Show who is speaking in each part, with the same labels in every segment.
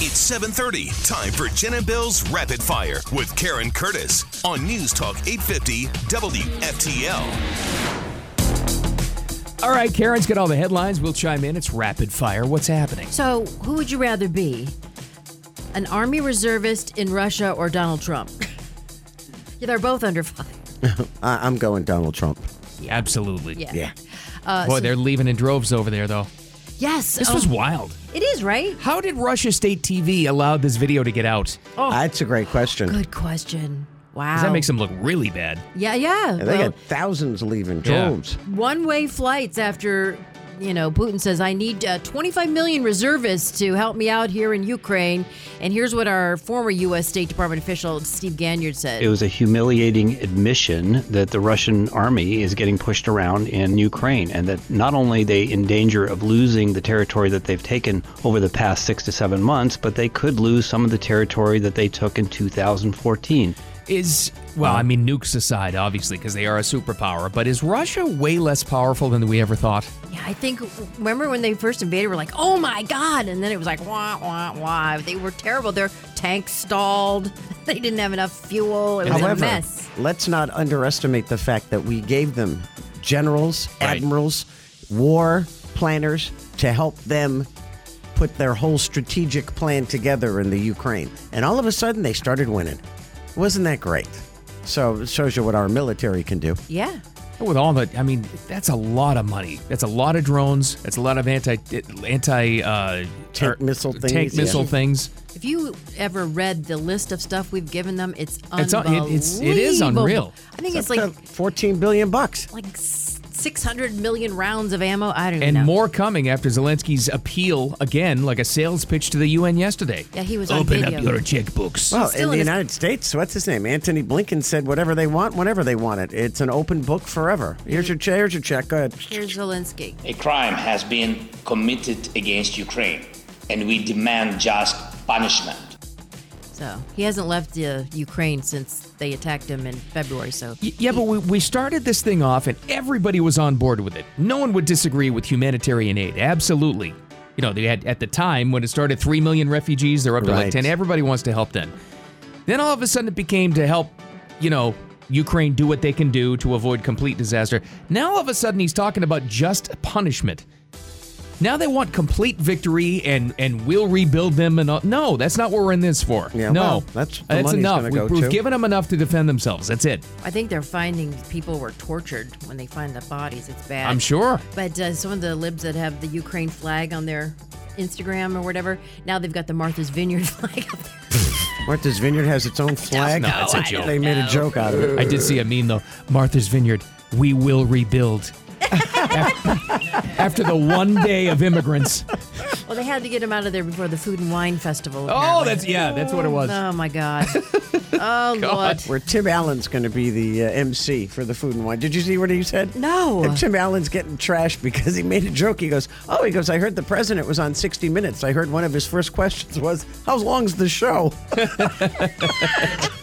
Speaker 1: It's 7:30. Time for Jen and Bill's Rapid Fire with Karen Curtis on News Talk 850 WFTL.
Speaker 2: All right, Karen's got all the headlines. We'll chime in. It's rapid fire. What's happening?
Speaker 3: So, who would you rather be? An army reservist in Russia or Donald Trump? yeah, they're both under fire.
Speaker 4: I- I'm going Donald Trump.
Speaker 2: Absolutely.
Speaker 3: Yeah.
Speaker 2: Boy, they're leaving in droves over there, though.
Speaker 3: Yes.
Speaker 2: This
Speaker 3: oh,
Speaker 2: was wild.
Speaker 3: It is, right?
Speaker 2: How did Russia State TV allow this video to get out?
Speaker 4: That's a great question.
Speaker 3: Oh. Good question. Wow.
Speaker 2: 'Cause That makes them look really bad.
Speaker 3: Yeah, yeah.
Speaker 4: And they
Speaker 3: well,
Speaker 4: got thousands leaving
Speaker 2: Yeah.
Speaker 4: drones.
Speaker 3: one-way flights after you know Putin says I need uh, 25 million reservists to help me out here in Ukraine. And here's what our former U.S. State Department official Steve Ganyard said.
Speaker 5: It was a humiliating admission that the Russian army is getting pushed around in Ukraine and that not only they in danger of losing the territory that they've taken over the past 6 to 7 months, but they could lose some of the territory that they took in 2014.
Speaker 2: Is, well, I mean, nukes aside, obviously, because they are a superpower, but is Russia way less powerful than we ever thought?
Speaker 3: Yeah, I think. Remember when they first invaded? We're like, oh my god! And then it was like, wah wah wah. They were terrible. Their tanks stalled. They didn't have enough fuel. It was a
Speaker 4: However,
Speaker 3: mess.
Speaker 4: let's not underestimate the fact that we gave them generals,
Speaker 2: Right.
Speaker 4: admirals, war planners to help them put their whole strategic plan together in the Ukraine. And all of a sudden they started winning. Wasn't that great? So it shows you what our military can do.
Speaker 3: Yeah.
Speaker 2: With all the, I mean, that's a lot of money. That's a lot of drones. That's a lot of anti anti uh,
Speaker 4: Tank
Speaker 2: or-
Speaker 4: missile things,
Speaker 2: Tank
Speaker 4: yeah.
Speaker 2: missile things.
Speaker 3: If you ever read the list of stuff we've given them, it's
Speaker 2: It's un-
Speaker 3: unbelievable.
Speaker 2: it- it's- it is unreal.
Speaker 3: I think it's like
Speaker 4: Up to 14 billion bucks.
Speaker 3: like six hundred million rounds of ammo. I don't even
Speaker 2: And
Speaker 3: know.
Speaker 2: more coming after Zelensky's appeal again, like a sales pitch to the UN yesterday.
Speaker 3: Yeah, he was on
Speaker 2: Open
Speaker 3: video.
Speaker 2: up your checkbooks.
Speaker 4: Well,
Speaker 3: still
Speaker 4: Oh, in the
Speaker 3: in his-
Speaker 4: United States, what's his name? Anthony Blinken said whatever they want, whenever they want it. It's an open book forever. Here's your chair, here's your check. Go ahead.
Speaker 3: Here's Zelensky.
Speaker 6: A crime has been committed against Ukraine, and we demand just punishment.
Speaker 3: So he hasn't left uh, Ukraine since they attacked him in February. So
Speaker 2: Y- Yeah, but we, we started this thing off and everybody was on board with it. No one would disagree with humanitarian aid. Absolutely. You know, they had at the time when it started 3 million refugees, they're up to like
Speaker 4: Right.
Speaker 2: 10. Everybody wants to help them. Then all of a sudden it became to help, you know, Ukraine do what they can do to avoid complete disaster. Now all of a sudden he's talking about just punishment. Now they want complete victory and and we'll rebuild them and all. no, that's not what we're in this for.
Speaker 4: Yeah,
Speaker 2: no,
Speaker 4: well, that's- the money's
Speaker 2: enough.
Speaker 4: gonna
Speaker 2: We-
Speaker 4: go
Speaker 2: we've
Speaker 4: to-
Speaker 2: given them enough to defend themselves. That's it.
Speaker 3: I think they're finding people were tortured when they find the bodies. It's bad.
Speaker 2: I'm sure.
Speaker 3: But uh, some of the libs that have the Ukraine flag on their Instagram or whatever, now they've got the Martha's Vineyard flag up there.
Speaker 4: Martha's Vineyard has its own flag.
Speaker 2: know. No, it's a I joke. don't
Speaker 4: They made a
Speaker 3: know.
Speaker 4: joke out of it.
Speaker 2: I did see a meme though. Martha's Vineyard, we will rebuild. after, after the one day of immigrants.
Speaker 3: Well, they had to get them out of there before the Food and Wine Festival.
Speaker 2: Oh,
Speaker 3: apparently.
Speaker 2: that's yeah, that's what it was.
Speaker 3: Oh my God! Oh Lord!
Speaker 4: Where Tim Allen's going to be the uh, MC for the Food and Wine. Did you see what he said?
Speaker 3: No.
Speaker 4: And Tim Allen's getting trashed because he made a joke. He goes, "Oh, he goes. I heard the president was on 60 Minutes. I heard one of his first questions was, "How long's the show?"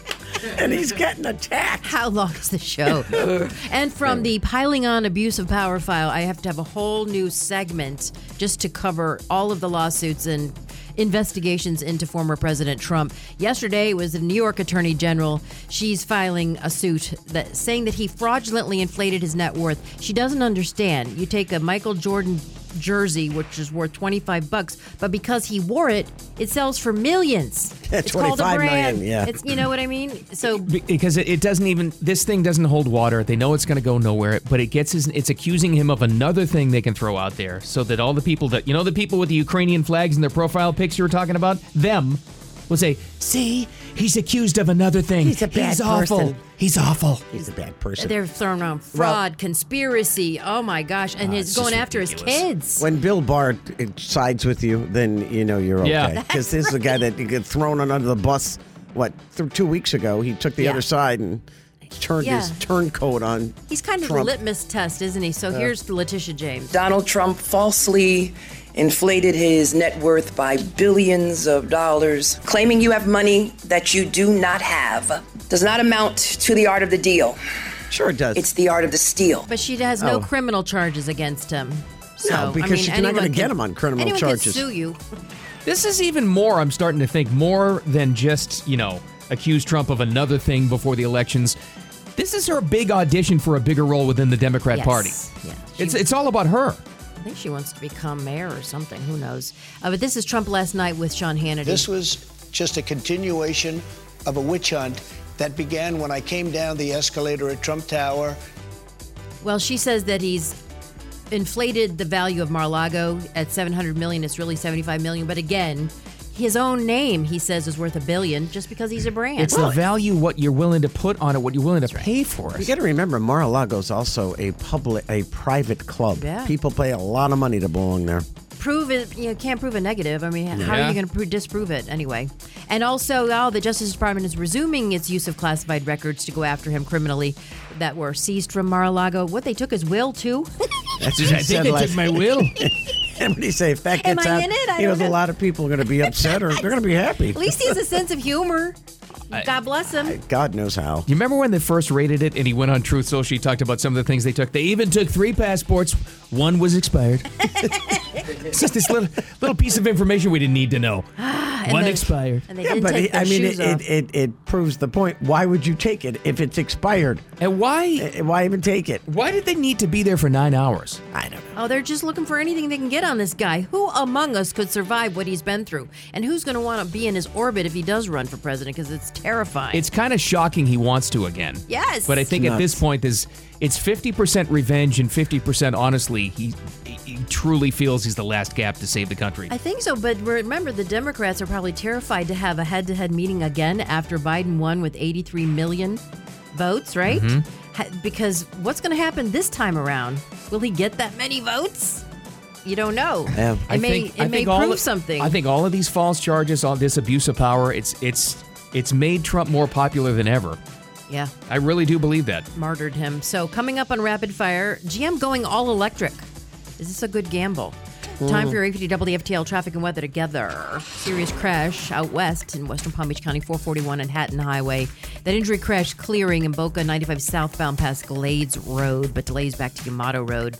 Speaker 4: and he's getting attacked.
Speaker 3: How long is the show? and from the piling on abuse of power file, I have to have a whole new segment just to cover all of the lawsuits and investigations into former President Trump. Yesterday was the New York Attorney General. She's filing a suit that saying that he fraudulently inflated his net worth. She doesn't understand. You take a Michael Jordan jersey which is worth 25 bucks but because he wore it it sells for millions it's called a
Speaker 4: 25 million,
Speaker 3: brand
Speaker 4: yeah.
Speaker 3: it's you know what i mean so
Speaker 2: Be- Because it, it doesn't even this thing doesn't hold water. They know it's going to go nowhere, but it gets his, it's accusing him of another thing they can throw out there, so that all the people that you know the people with the Ukrainian flags in their profile pics you were talking about them will say, "See, he's accused of another thing.
Speaker 4: He's a bad
Speaker 2: awful.
Speaker 4: person."
Speaker 2: He's awful."
Speaker 4: He's a bad person.
Speaker 3: They're throwing around
Speaker 4: Well- Uh,
Speaker 3: fraud, conspiracy. Oh my gosh! And he's
Speaker 2: it's
Speaker 3: going
Speaker 2: just
Speaker 3: after his
Speaker 2: ridiculous.
Speaker 3: kids.
Speaker 4: When Bill Barr sides with you, then you know you're
Speaker 2: Yeah.
Speaker 4: okay. Because this is a guy that you get thrown under the bus. What th- two weeks ago he took the
Speaker 3: Yeah.
Speaker 4: other side and turned his
Speaker 3: Yeah.
Speaker 4: turncoat on.
Speaker 3: he's kind of
Speaker 4: Trump. Uh,
Speaker 3: the litmus test, isn't he? So here's Letitia James.
Speaker 7: Donald Trump falsely inflated his net worth by billions of dollars, claiming you have money that you do not have. Does not amount to the art of the deal.
Speaker 4: Sure it does.
Speaker 7: It's the art of the steal.
Speaker 3: But she has no criminal charges against him. So,
Speaker 4: Oh. No,
Speaker 3: I mean,
Speaker 4: because she's not
Speaker 3: anyone
Speaker 4: gonna
Speaker 3: can-
Speaker 4: get him on criminal
Speaker 3: anyone
Speaker 4: charges.
Speaker 3: Can sue you.
Speaker 2: This is even more, I'm starting to think, more than just, you know, accuse Trump of another thing before the elections. This is her big audition for a bigger role within the Democrat
Speaker 3: Yes.
Speaker 2: Party.
Speaker 3: Yeah.
Speaker 2: It's, it's all about her.
Speaker 3: I think she wants to become mayor or something. Who knows? Uh, but this is Trump last night with Sean Hannity.
Speaker 8: This was just a continuation of a witch hunt that began when I came down the escalator at Trump Tower.
Speaker 3: Well, she says that he's inflated the value of Mar-a-Lago at 700 million. It's really 75 million. But again, his own name, he says, is worth a billion just because he's a brand.
Speaker 2: It's the value, what you're willing to put on it, what you're willing to pay for
Speaker 4: You
Speaker 2: it.
Speaker 4: got to remember, Mar-a-Lago is also a public, a private club.
Speaker 3: Yeah.
Speaker 4: People pay a lot of money to belong there.
Speaker 3: prove it. You can't prove a negative. I mean, how are
Speaker 2: Yeah.
Speaker 3: you going to pro disprove it anyway? And also, now the Justice Department is resuming its use of classified records to go after him criminally that were seized from Mar-a-Lago. What they took his will too.
Speaker 4: That's what he said last-
Speaker 2: will.
Speaker 4: And when he say if that
Speaker 3: Am
Speaker 4: gets
Speaker 3: I
Speaker 4: out,
Speaker 3: in it? I
Speaker 4: he
Speaker 3: don't
Speaker 4: knows a
Speaker 3: know.
Speaker 4: lot of people are going to be upset or they're going to be happy.
Speaker 3: At least he has a sense of humor. God bless him.
Speaker 4: God knows how.
Speaker 2: You remember when they first rated it and he went on Truth Social? He talked about some of the things they took. They even took three passports. One was expired. it's just this little little piece of information we didn't need to know. One
Speaker 3: the-
Speaker 2: expired.
Speaker 3: and they
Speaker 4: Yeah,
Speaker 3: didn't
Speaker 4: but
Speaker 3: take
Speaker 4: it-
Speaker 3: their
Speaker 4: I mean,
Speaker 3: shoes
Speaker 4: it,
Speaker 3: off.
Speaker 4: it, it, it proves the point. Why would you take it if it's expired?
Speaker 2: And why
Speaker 4: Eh, Why even take it?
Speaker 2: why did they need to be there for nine hours?
Speaker 4: I don't know.
Speaker 3: Oh, they're just looking for anything they can get on this guy. Who among us could survive what he's been through? And who's going to want to be in his orbit if he does run for president? Because it's terrifying.
Speaker 2: It's kind of shocking he wants to again.
Speaker 3: Yes.
Speaker 2: But I think at
Speaker 4: Nuts.
Speaker 2: this point, there's it's 50% revenge and 50% honestly, he, he truly feels he's the last gap to save the country.
Speaker 3: I think so, but remember, the Democrats are probably terrified to have a head to head meeting again after Biden won with 83 million votes, right?
Speaker 2: Mm-hmm.
Speaker 3: Ha- Because what's going to happen this time around? Will he get that many votes? You don't know.
Speaker 4: Yeah.
Speaker 3: It
Speaker 2: I
Speaker 3: may,
Speaker 2: think-
Speaker 3: it
Speaker 2: I
Speaker 3: may
Speaker 2: think all
Speaker 3: prove
Speaker 2: of-
Speaker 3: something.
Speaker 2: I think all of these false charges on this abuse of power, it's it's it's made Trump more popular than ever.
Speaker 3: yeah.
Speaker 2: I really do believe that.
Speaker 3: martyred him. So coming up on Rapid Fire, GM going all electric. Is this a good gamble? Time for your APD double FTL traffic and weather together. Serious crash out west in western Palm Beach County, 441 and Hatton Highway. That injury crash clearing in Boca 95 southbound past Glades Road, but delays back to Yamato Road.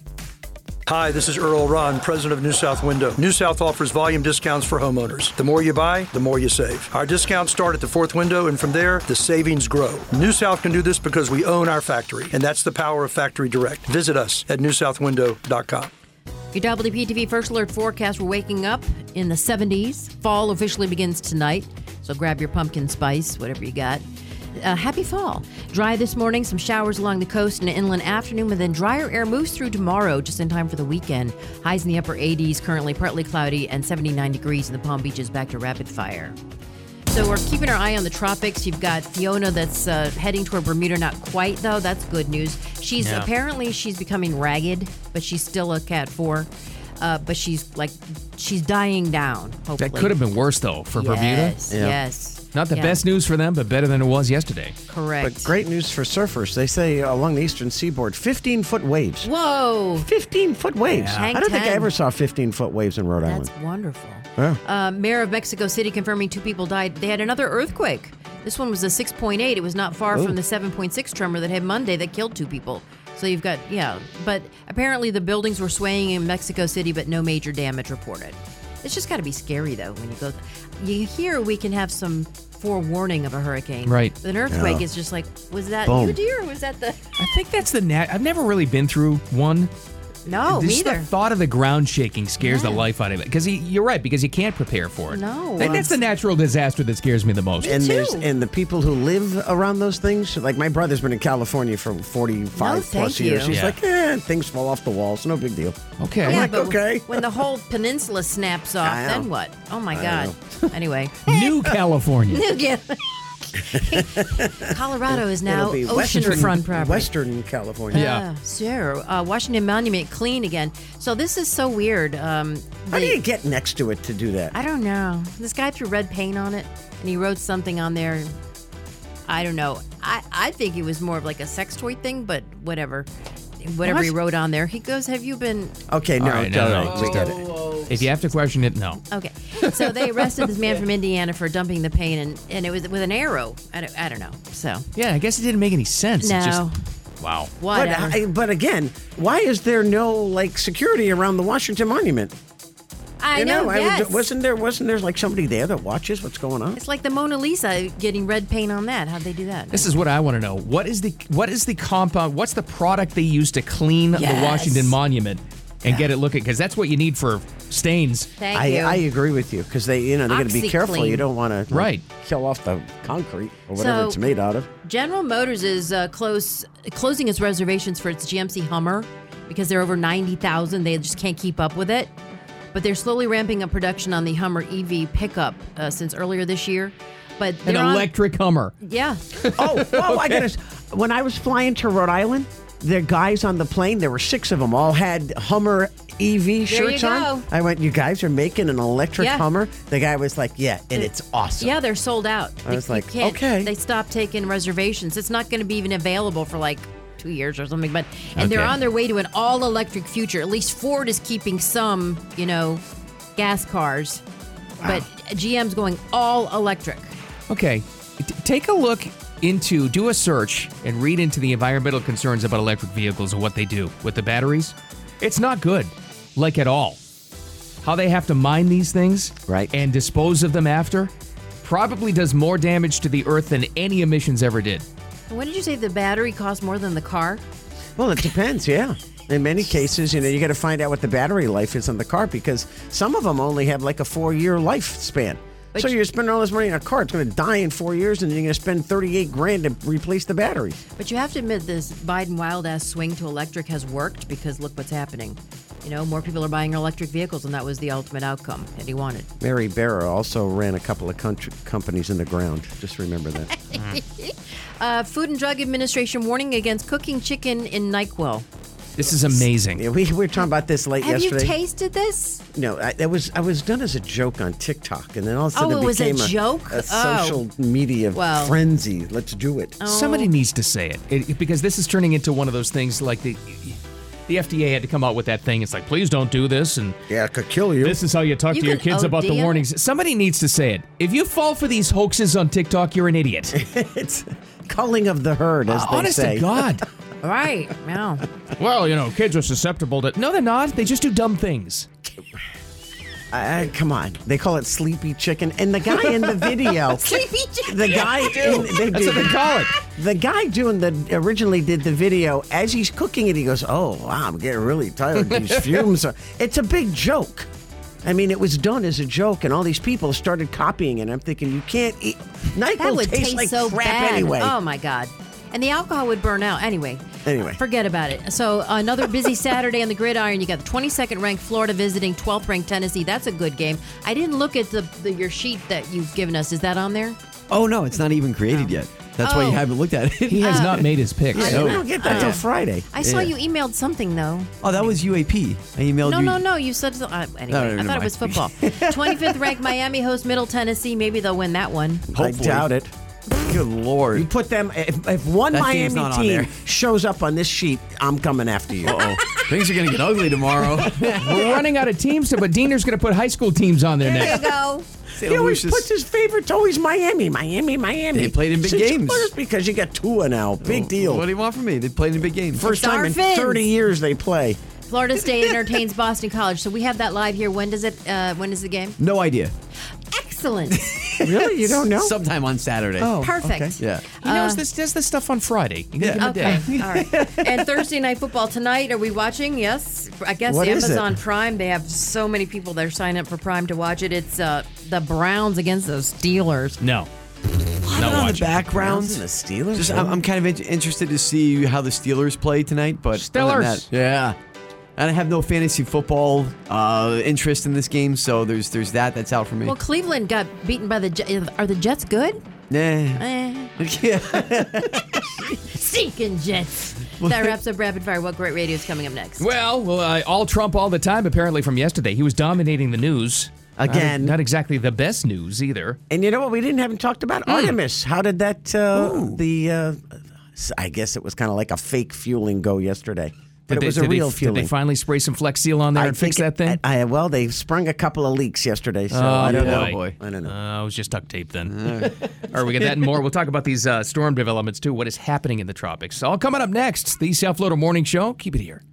Speaker 9: Hi, this is Earl Ron, president of New South Window. New South offers volume discounts for homeowners. The more you buy, the more you save. Our discounts start at the fourth window, and from there, the savings grow. New South can do this because we own our factory, and that's the power of Factory Direct. Visit us at newsouthwindow.com.
Speaker 3: Your WPTV First Alert forecast we're waking up in the 70s. Fall officially begins tonight, so grab your pumpkin spice, whatever you got. Uh, happy fall. Dry this morning, some showers along the coast and an inland afternoon, and then drier air moves through tomorrow just in time for the weekend. Highs in the upper 80s, currently partly cloudy, and 79 degrees in the Palm Beaches back to rapid fire. So we're keeping our eye on the tropics. You've got Fiona that's uh, heading toward Bermuda, not quite though. That's good news. She's
Speaker 2: Yeah.
Speaker 3: apparently she's becoming ragged, but she's still a cat four. Uh, but she's like she's dying down. Hopefully,
Speaker 2: That could have been worse though for
Speaker 3: Yes,
Speaker 2: Bermuda.
Speaker 3: yes.
Speaker 2: Not the
Speaker 3: Yeah,
Speaker 2: best news for them, but better than it was yesterday.
Speaker 3: Correct.
Speaker 4: But great news for surfers. They say along the eastern seaboard, 15 foot waves.
Speaker 3: Whoa.
Speaker 4: 15 foot waves. I
Speaker 3: Hang
Speaker 4: don't think I
Speaker 3: 10.
Speaker 4: ever saw 15 foot waves in Rhode Island.
Speaker 3: That's wonderful. Uh, mayor of Mexico City confirming two people died. They had another earthquake. This one was a 6.8. It was not far from the 7.6 tremor that hit Monday that killed two people. So you've got, yeah. But apparently the buildings were swaying in Mexico City, but no major damage reported. It's just got to be scary, though, when you go. You hear we can have some forewarning of a hurricane.
Speaker 2: Right.
Speaker 3: With an earthquake, it's just like, was that
Speaker 4: Boom.
Speaker 3: you, dear? Or was that the.
Speaker 2: I think that's the nat- I've never really been through one. Just
Speaker 3: No, Oh, me either.
Speaker 2: The thought of the ground shaking scares the life out of it. Because you're right, because you can't prepare for it.
Speaker 3: No.
Speaker 2: I think that's the natural disaster that scares me the most.
Speaker 4: and
Speaker 3: too.
Speaker 4: there's and the people who live around those things, like my brother's been in California for 45
Speaker 3: No,
Speaker 4: plus
Speaker 3: thank
Speaker 4: years.
Speaker 3: you.
Speaker 4: He's
Speaker 2: Yeah.
Speaker 4: like, eh, things fall off the walls, no big deal.
Speaker 2: okay.
Speaker 3: Yeah,
Speaker 4: like,
Speaker 3: but
Speaker 4: okay.
Speaker 3: When the whole peninsula snaps off,
Speaker 4: I know.
Speaker 3: then what? Oh my
Speaker 4: I
Speaker 3: God. Anyway,
Speaker 2: New California.
Speaker 3: Again. Colorado is now
Speaker 4: It'll be
Speaker 3: oceanfront property.
Speaker 4: Western California.
Speaker 2: Yeah.
Speaker 3: Ah, sure. Uh, Washington Monument clean again. So this is so weird. Um,
Speaker 4: How do
Speaker 3: the-
Speaker 4: you get next to it to do that?
Speaker 3: I don't know. This guy threw red paint on it, and he wrote something on there. I don't know. I, I think it was more of like a sex toy thing, but whatever. Whatever he wrote on there, he goes, "Have you been
Speaker 4: Okay, no,
Speaker 2: All right,
Speaker 4: no,
Speaker 2: no,
Speaker 4: no,
Speaker 2: no,
Speaker 4: we
Speaker 2: just
Speaker 4: get
Speaker 2: don't.
Speaker 4: it.
Speaker 2: If you have to question it, no.
Speaker 3: Okay. So they arrested this man from Indiana for dumping the paint, and, and it was with an arrow. I don't, I don't know. So,
Speaker 2: Yeah, I guess it didn't make any sense. It
Speaker 3: No.
Speaker 2: just, wow.
Speaker 4: But,
Speaker 3: whatever.
Speaker 4: I- but again, why is there no like security around the Washington Monument?
Speaker 3: I
Speaker 4: you know,
Speaker 3: know,
Speaker 4: I would-
Speaker 3: yes.
Speaker 4: wasn't there wasn't there like somebody there that watches what's going on?
Speaker 3: It's like the Mona Lisa getting red paint on that. How'd they do that?
Speaker 2: This is what I want to know. What is the what is the compound? What's the product they use to clean the
Speaker 7: Yes.
Speaker 2: Washington Monument and get it looking? Because that's what you need for stains.
Speaker 3: Thank
Speaker 4: I,
Speaker 3: you.
Speaker 4: I agree with you because they you know they're going to be careful. You
Speaker 3: OxyClean.
Speaker 4: don't want to
Speaker 2: Right.
Speaker 4: kill off the concrete or whatever
Speaker 3: So-
Speaker 4: it's made out of.
Speaker 3: General Motors is uh, close closing its reservations for its GMC Hummer because they're over 90,000. They just can't keep up with it. But they're slowly ramping up production on the Hummer EV pickup uh, since earlier this year. But
Speaker 2: An
Speaker 3: they're on-
Speaker 2: electric Hummer.
Speaker 3: yeah.
Speaker 4: Oh, whoa, I got to. When I was flying to Rhode Island, the guys on the plane, there were six of them, all had Hummer EV shirts
Speaker 3: you
Speaker 4: on.
Speaker 3: go.
Speaker 4: I went, You guys are making an electric
Speaker 3: Yeah.
Speaker 4: Hummer? The guy was like, Yeah, and it's awesome.
Speaker 3: Yeah, they're sold out.
Speaker 4: I
Speaker 3: They-
Speaker 4: was
Speaker 3: you
Speaker 4: like,
Speaker 3: can't-
Speaker 4: okay.
Speaker 3: They stopped taking reservations. It's not going to be even available for like two years or something. But and they're
Speaker 2: Okay.
Speaker 3: on their way to an all electric future. At least Ford is keeping some, you know, gas cars, but GM's going all electric.
Speaker 2: Okay, t- take a look into do a search and read into the environmental concerns about electric vehicles and what they do with the batteries. It's not good, like at all. How they have to mine these things,
Speaker 4: Right.
Speaker 2: and dispose of them after, probably does more damage to the earth than any emissions ever did.
Speaker 3: When did you say the battery costs more than the car?
Speaker 4: Well, it depends, yeah. In many cases, you know, you got to find out what the battery life is on the car because some of them only have like a four year lifespan. so you're spending all this money on a car, it's going to die in four years, and you're going to spend 38 grand to replace the battery.
Speaker 3: But you have to admit this Biden wild ass swing to electric has worked because look what's happening. You know, more people are buying electric vehicles, and that was the ultimate outcome that he wanted.
Speaker 4: Mary Barra also ran a couple of country, companies in the ground. Just remember that.
Speaker 3: Uh, Food and Drug Administration warning against cooking chicken in NyQuil.
Speaker 2: This is amazing.
Speaker 4: Yeah, we, we were talking about this late
Speaker 3: Have
Speaker 4: yesterday.
Speaker 3: you tasted this?
Speaker 4: no, I, that was I was done as a joke on TikTok, and then all of a sudden
Speaker 3: Oh, it was a
Speaker 4: became
Speaker 3: joke?
Speaker 4: a
Speaker 3: Oh.
Speaker 4: social media
Speaker 3: Well.
Speaker 4: frenzy. Let's do it.
Speaker 2: Somebody needs to say it. It- because this is turning into one of those things like the the FDA had to come out with that thing. It's like, please don't do this, and
Speaker 4: Yeah, it could kill you.
Speaker 2: this is how you talk
Speaker 3: You
Speaker 2: to your
Speaker 3: can oh,
Speaker 2: kids about the
Speaker 3: OD 'em.
Speaker 2: warnings. Somebody needs to say it. If you fall for these hoaxes on TikTok, you're an idiot.
Speaker 4: it's culling of the herd, as they
Speaker 2: Honest
Speaker 4: say.
Speaker 2: to God.
Speaker 3: Right. Wow.
Speaker 2: well, you know, kids are susceptible to. No, they're not. They just do dumb things.
Speaker 4: I- I- come on, they call it sleepy chicken, and the guy in the video,
Speaker 3: Sleepy chicken.
Speaker 4: the guy, in, they
Speaker 2: That's
Speaker 4: do.
Speaker 2: what they call it.
Speaker 4: The guy doing the originally did the video as he's cooking it. He goes, "Oh wow, I'm getting really tired. These fumes are." It's a big joke. I mean, it was done as a joke, and all these people started copying it. I'm thinking, you can't eat. Nyquil
Speaker 3: That would
Speaker 4: tastes
Speaker 3: taste
Speaker 4: like
Speaker 3: so
Speaker 4: crap
Speaker 3: bad.
Speaker 4: anyway.
Speaker 3: Oh my god. And the alcohol would burn out anyway.
Speaker 4: Anyway.
Speaker 3: Forget about it. So another busy Saturday on the gridiron. You got the 22nd ranked Florida visiting 12th ranked Tennessee. That's a good game. I didn't look at the, the your sheet that you've given us. Is that on there?
Speaker 10: Oh no, it's not even created yet. That's why
Speaker 3: Oh.
Speaker 10: you haven't looked at it.
Speaker 2: He
Speaker 3: Uh,
Speaker 2: has not made his picks.
Speaker 4: Yeah,
Speaker 10: No.
Speaker 4: we don't get that till Friday.
Speaker 3: I saw you
Speaker 10: Yeah.
Speaker 3: emailed something though.
Speaker 10: Oh, that was UAP. I emailed
Speaker 3: No,
Speaker 10: you.
Speaker 3: no, no. You said uh, anyway.
Speaker 10: No, no,
Speaker 3: I thought
Speaker 10: never
Speaker 3: it
Speaker 10: mind.
Speaker 3: was football. 25th ranked Miami hosts Middle Tennessee. Maybe they'll win that one.
Speaker 4: I
Speaker 10: Hopefully.
Speaker 4: doubt it.
Speaker 10: Good lord.
Speaker 4: You put them. If, if one
Speaker 10: That
Speaker 4: Miami
Speaker 10: game's not on
Speaker 4: team
Speaker 10: there.
Speaker 4: shows up on this sheet, I'm coming after you.
Speaker 10: oh, things are gonna get ugly tomorrow.
Speaker 2: We're running out of teams, but Diener's going to put high school teams on there
Speaker 3: There
Speaker 2: next.
Speaker 3: you go.
Speaker 4: He
Speaker 10: St.
Speaker 4: always
Speaker 10: Lucius.
Speaker 4: puts his favorites always Miami, Miami, Miami.
Speaker 10: They played in big
Speaker 4: Since
Speaker 10: games.
Speaker 4: first, because you got Tua now. Big deal.
Speaker 10: What do you want from me? They played in a big game.
Speaker 4: First
Speaker 3: It's our
Speaker 4: time in
Speaker 3: Fins.
Speaker 4: 30 years they play.
Speaker 3: Florida State entertains Boston College. So we have that live here. When does it? Uh, when is the game?
Speaker 10: No idea.
Speaker 3: Excellent.
Speaker 4: Really? You don't know?
Speaker 10: Sometime on Saturday.
Speaker 2: Oh.
Speaker 4: Oh,
Speaker 3: Perfect.
Speaker 10: Yeah.
Speaker 2: He knows this does this stuff on Friday. You can give him a
Speaker 3: Uh, Okay.
Speaker 2: day.
Speaker 3: All right. And Thursday night football tonight. Are we watching? Yes. I guess
Speaker 4: What is
Speaker 3: Amazon
Speaker 4: it?
Speaker 3: Prime. They have so many people that are signing up for Prime to watch it. It's uh, the Browns against those Steelers.
Speaker 2: No. Not
Speaker 10: on the
Speaker 2: watching.
Speaker 10: backgrounds.
Speaker 4: The Steelers?
Speaker 10: Just, I'm, I'm kind of in- interested to see how the Steelers play tonight, but other than
Speaker 2: Steelers.
Speaker 10: that- yeah. And I have no fantasy football uh, interest in this game, so there's there's that that's out for me.
Speaker 3: Well, Cleveland got beaten by the. Je- Are the Jets good?
Speaker 10: nah.
Speaker 3: Eh.
Speaker 10: yeah.
Speaker 3: Stinking Jets. That wraps up rapid fire. What great radio is coming up next?
Speaker 2: Well, well uh, all Trump all the time, apparently, from yesterday. He was dominating the news.
Speaker 4: Again.
Speaker 2: Not, not exactly the best news either.
Speaker 4: and you know what we didn't haven't talked about? Artemis. How did that, uh, the, uh, I guess it was kind of like a fake fueling go yesterday. But
Speaker 2: Did
Speaker 4: it
Speaker 2: they-
Speaker 4: was a
Speaker 2: did they-
Speaker 4: real fueling.
Speaker 2: Did they finally spray some Flex Seal on there
Speaker 4: I
Speaker 2: and fix
Speaker 4: think
Speaker 2: that thing?
Speaker 4: it- I, well, they sprung a couple of leaks yesterday, so
Speaker 2: Oh,
Speaker 4: I don't know.
Speaker 10: boy. boy.
Speaker 4: I don't know.
Speaker 2: Uh, it was just duct tape then. All right, we got that and more. We'll talk about these uh, storm developments too. What is happening in the tropics? All coming up next. The South Florida Morning Show. Keep it here.